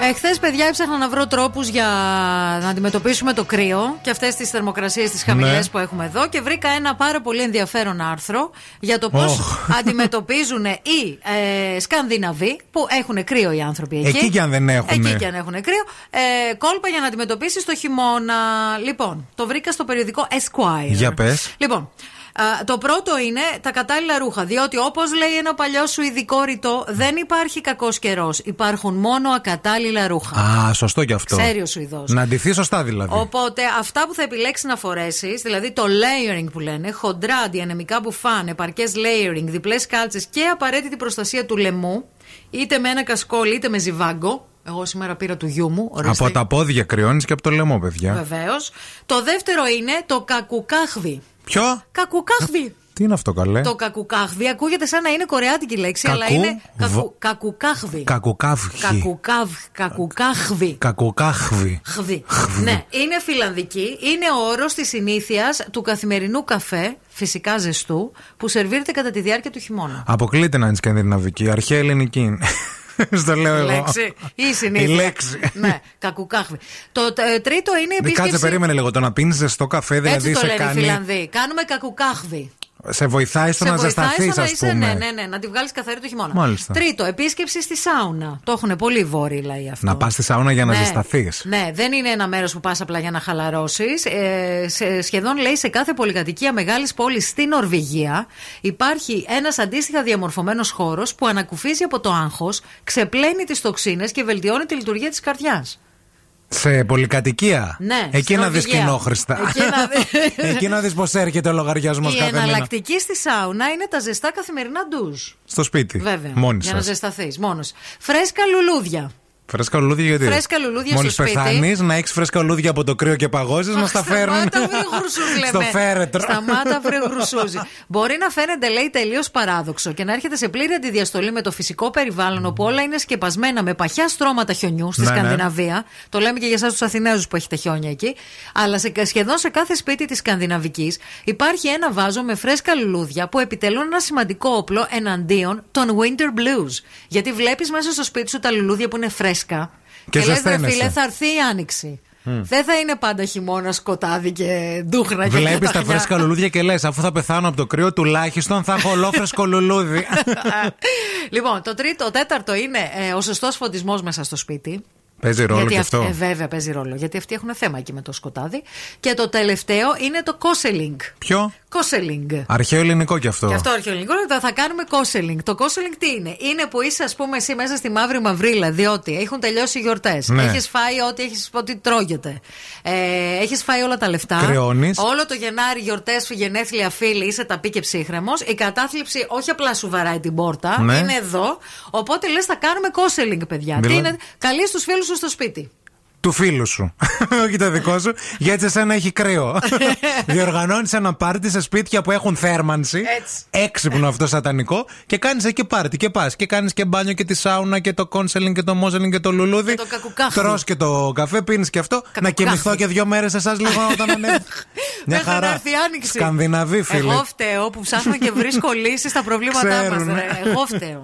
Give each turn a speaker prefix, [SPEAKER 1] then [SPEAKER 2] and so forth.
[SPEAKER 1] Εχθέ, Ε, παιδιά, έψαχνα να βρω τρόπους για να αντιμετωπίσουμε το κρύο και αυτές τις θερμοκρασίες τις χαμηλές
[SPEAKER 2] Ναι.
[SPEAKER 1] που έχουμε εδώ. Και βρήκα ένα πάρα πολύ ενδιαφέρον άρθρο για το πώς
[SPEAKER 2] Οχ.
[SPEAKER 1] αντιμετωπίζουν οι ε, Σκανδιναβοί που έχουν κρύο οι άνθρωποι εκεί.
[SPEAKER 2] Εκεί κι αν δεν έχουν.
[SPEAKER 1] Εκεί και αν έχουν κρύο. Ε, κόλπα για να αντιμετωπίσεις το χειμώνα. Λοιπόν, το βρήκα στο περιοδικό Esquire.
[SPEAKER 2] Για πες.
[SPEAKER 1] Λοιπόν, α, το πρώτο είναι τα κατάλληλα ρούχα. Διότι όπως λέει ένα παλιό σου ειδικό ρητό, δεν υπάρχει κακός καιρός. Υπάρχουν μόνο ακατάλληλα ρούχα.
[SPEAKER 2] Α, σωστό κι αυτό.
[SPEAKER 1] Ξέρεις ο Σουηδός.
[SPEAKER 2] Να αντιθεί σωστά δηλαδή.
[SPEAKER 1] Οπότε αυτά που θα επιλέξεις να φορέσεις, δηλαδή το layering που λένε, χοντρά αντιανεμικά μπουφάν, επαρκές layering, διπλές κάλτσες και απαραίτητη προστασία του λαιμού, είτε με ένα κασκόλ είτε με ζιβάγκο. Εγώ σήμερα πήρα του γιού μου. ορίστε.
[SPEAKER 2] Από τα πόδια κρυώνεις και από το λαιμό, παιδιά.
[SPEAKER 1] Βεβαίως. Το δεύτερο είναι το κακουκάχδι.
[SPEAKER 2] Ποιο?
[SPEAKER 1] Κακουκάχδι.
[SPEAKER 2] Τι είναι αυτό καλέ.
[SPEAKER 1] Το κακουκάχδι ακούγεται σαν να είναι κορεάτικη λέξη,
[SPEAKER 2] Ε? Κακού-
[SPEAKER 1] αλλά είναι κακου,
[SPEAKER 2] β-
[SPEAKER 1] κακουκάχδι.
[SPEAKER 2] Κακουκάβχη.
[SPEAKER 1] Κακουκάβ, κακουκάχδι.
[SPEAKER 2] Κακουκάχβη.
[SPEAKER 1] Χβι. Ναι, είναι φιλανδική. Είναι ο όρος της συνήθειας του καθημερινού καφέ, φυσικά ζεστού, που σερβίρεται κατά τη διάρκεια του χειμώνα.
[SPEAKER 2] Αποκλείται να είναι σκανδιναβική. Αρχαία ελληνική είναι. Στο λέω
[SPEAKER 1] Η
[SPEAKER 2] εγώ.
[SPEAKER 1] λέξη ή η συνήθεια.
[SPEAKER 2] Η λέξη.
[SPEAKER 1] Ναι, κακουκάχδι. Το ε, τρίτο είναι η
[SPEAKER 2] Δι-
[SPEAKER 1] επίσκεψη.
[SPEAKER 2] Κάτσε, περίμενε λίγο. Το να πίνεις ζεστό καφέ,
[SPEAKER 1] Έτσι
[SPEAKER 2] δηλαδή
[SPEAKER 1] το
[SPEAKER 2] σε
[SPEAKER 1] λένε οι
[SPEAKER 2] κάνει.
[SPEAKER 1] Φιλανδοί. Κάνουμε κακουκάχδι.
[SPEAKER 2] Σε βοηθάει στο
[SPEAKER 1] σε
[SPEAKER 2] να
[SPEAKER 1] βοηθάει
[SPEAKER 2] ζεσταθεί,
[SPEAKER 1] στο να
[SPEAKER 2] ας
[SPEAKER 1] είσαι,
[SPEAKER 2] πούμε.
[SPEAKER 1] ναι, ναι, ναι, να τη βγάλεις καθαρή το χειμώνα.
[SPEAKER 2] Μάλιστα.
[SPEAKER 1] Τρίτο, επίσκεψη στη σάουνα. Το έχουν πολύ βόρειοι λαοί αυτό.
[SPEAKER 2] Να πας στη σαούνα για να
[SPEAKER 1] ναι,
[SPEAKER 2] ζεσταθείς.
[SPEAKER 1] Ναι, δεν είναι ένα μέρος που πας απλά για να χαλαρώσεις. Ε, σε- σχεδόν λέει σε κάθε πολυκατοικία μεγάλης πόλης στην Νορβηγία υπάρχει ένας αντίστοιχα διαμορφωμένος χώρος που ανακουφίζει από το άγχος, ξεπλένει τις τοξίνες και βελτιώνει τη λειτουργία της καρδιάς.
[SPEAKER 2] Σε πολυκατοικία.
[SPEAKER 1] Ναι,
[SPEAKER 2] Εκεί
[SPEAKER 1] στην
[SPEAKER 2] να δεις
[SPEAKER 1] Ορβηγία.
[SPEAKER 2] κοινόχρηστα.
[SPEAKER 1] Εκεί να δεις.
[SPEAKER 2] Εκεί να δεις πώ έρχεται ο λογαριασμός
[SPEAKER 1] Η
[SPEAKER 2] κάθε μήνα.
[SPEAKER 1] εναλλακτική στη σάουνα είναι τα ζεστά καθημερινά ντουζ.
[SPEAKER 2] Στο σπίτι.
[SPEAKER 1] Βέβαια.
[SPEAKER 2] Ε, Μόνοι
[SPEAKER 1] για να
[SPEAKER 2] σας.
[SPEAKER 1] ζεσταθείς. Μόνος. Φρέσκα λουλούδια.
[SPEAKER 2] Φρέσκα λουλούδια γιατί.
[SPEAKER 1] Φρέσκα λουλούδια
[SPEAKER 2] Μόλις
[SPEAKER 1] στο σπίτι.
[SPEAKER 2] πεθάνεις, να έχεις φρέσκα λουλούδια από το κρύο και παγώσεις, να
[SPEAKER 1] Αχ,
[SPEAKER 2] στα φέρουν.
[SPEAKER 1] Σταμάτα βρε γρουσούς, λέμε.
[SPEAKER 2] στο φέρετρο.
[SPEAKER 1] Σταμάτα βρε γρουσούζι. Μπορεί να φαίνεται, λέει, τελείως παράδοξο και να έρχεται σε πλήρη αντιδιαστολή με το φυσικό περιβάλλον όπου όλα είναι σκεπασμένα με παχιά στρώματα χιονιού στη
[SPEAKER 2] Ναι, ναι.
[SPEAKER 1] Σκανδιναβία. Το λέμε και για εσάς τους Αθηνέζου που έχετε χιόνια εκεί. Αλλά σε, σχεδόν σε κάθε σπίτι της Σκανδιναβικής υπάρχει ένα βάζο με φρέσκα λουλούδια που επιτελούν ένα σημαντικό όπλο εναντίον των winter blues. Γιατί βλέπεις μέσα στο σπίτι σου τα λουλούδια που είναι φρέσκα. Ε,
[SPEAKER 2] Και
[SPEAKER 1] λες, ρε
[SPEAKER 2] ζεσταίνεσαι.
[SPEAKER 1] φίλε, θα έρθει η άνοιξη. Δεν θα είναι πάντα χειμώνα, σκοτάδι και ντούχνα και
[SPEAKER 2] Βλέπεις τα
[SPEAKER 1] καταχνιά.
[SPEAKER 2] φρέσκα λουλούδια και λες: Αφού θα πεθάνω από το κρύο, τουλάχιστον θα έχω ολόφρεσκο λουλούδι.
[SPEAKER 1] λοιπόν, το τρίτο, το τέταρτο είναι ε, ο σωστός φωτισμός μέσα στο σπίτι.
[SPEAKER 2] Παίζει ρόλο
[SPEAKER 1] γιατί
[SPEAKER 2] και
[SPEAKER 1] αυτ-
[SPEAKER 2] αυτό.
[SPEAKER 1] ε, βέβαια παίζει ρόλο. Γιατί αυτοί έχουν θέμα εκεί με το σκοτάδι. Και το τελευταίο είναι το κόσελινγκ.
[SPEAKER 2] Ποιο?
[SPEAKER 1] Κόσελινγκ.
[SPEAKER 2] Αρχαίο ελληνικό κι αυτό.
[SPEAKER 1] Και αυτό αρχαιολογικό θα, θα κάνουμε κόσελινγκ. Το κόσελινγκ τι είναι, είναι που είσαι, ας πούμε, εσύ μέσα στη μαύρη μαυρίλα, διότι έχουν τελειώσει οι γιορτές.
[SPEAKER 2] Ναι.
[SPEAKER 1] Έχεις φάει ό,τι έχεις, ό,τι τρώγεται. Ε, έχεις φάει όλα τα λεφτά.
[SPEAKER 2] Κρυώνεις.
[SPEAKER 1] Όλο το Γενάρη γιορτέ, γενέθλια, φίλοι, είσαι ταπί και ψύχρεμος. Η κατάθλιψη όχι απλά σου βαράει την πόρτα,
[SPEAKER 2] Ναι.
[SPEAKER 1] είναι εδώ. Οπότε λες, θα κάνουμε κόσελινγκ, παιδιά. Τι
[SPEAKER 2] Δηλαδή-
[SPEAKER 1] είναι, καλεί του φίλους σου στο σπίτι.
[SPEAKER 2] Του φίλου σου. Όχι το δικό σου. Γιατί σε σένα έχει κρύο. Διοργανώνεις ένα πάρτι σε σπίτια που έχουν θέρμανση.
[SPEAKER 1] Έτσι.
[SPEAKER 2] Έξυπνο αυτό σατανικό. Και κάνεις εκεί πάρτι και πας. Και κάνεις και μπάνιο και τη σάουνα και το κόνσελινγκ και το μόζελινγκ και το λουλούδι.
[SPEAKER 1] Και το κακουκάχδι.
[SPEAKER 2] Τρως και το καφέ, πίνεις και αυτό. Να
[SPEAKER 1] Κακουκάχδι.
[SPEAKER 2] κοιμηθώ και δύο μέρες εσάς λίγο όταν ανέβει. Μια
[SPEAKER 1] Μέχρι να
[SPEAKER 2] χαρά.
[SPEAKER 1] έρθει η άνοιξη.
[SPEAKER 2] Σκανδιναβή φίλοι.
[SPEAKER 1] Εγώ φταίω που ψάχνω και βρίσκω λύσεις στα προβλήματά μας.
[SPEAKER 2] Ξέρουν.
[SPEAKER 1] Εγώ φταίω.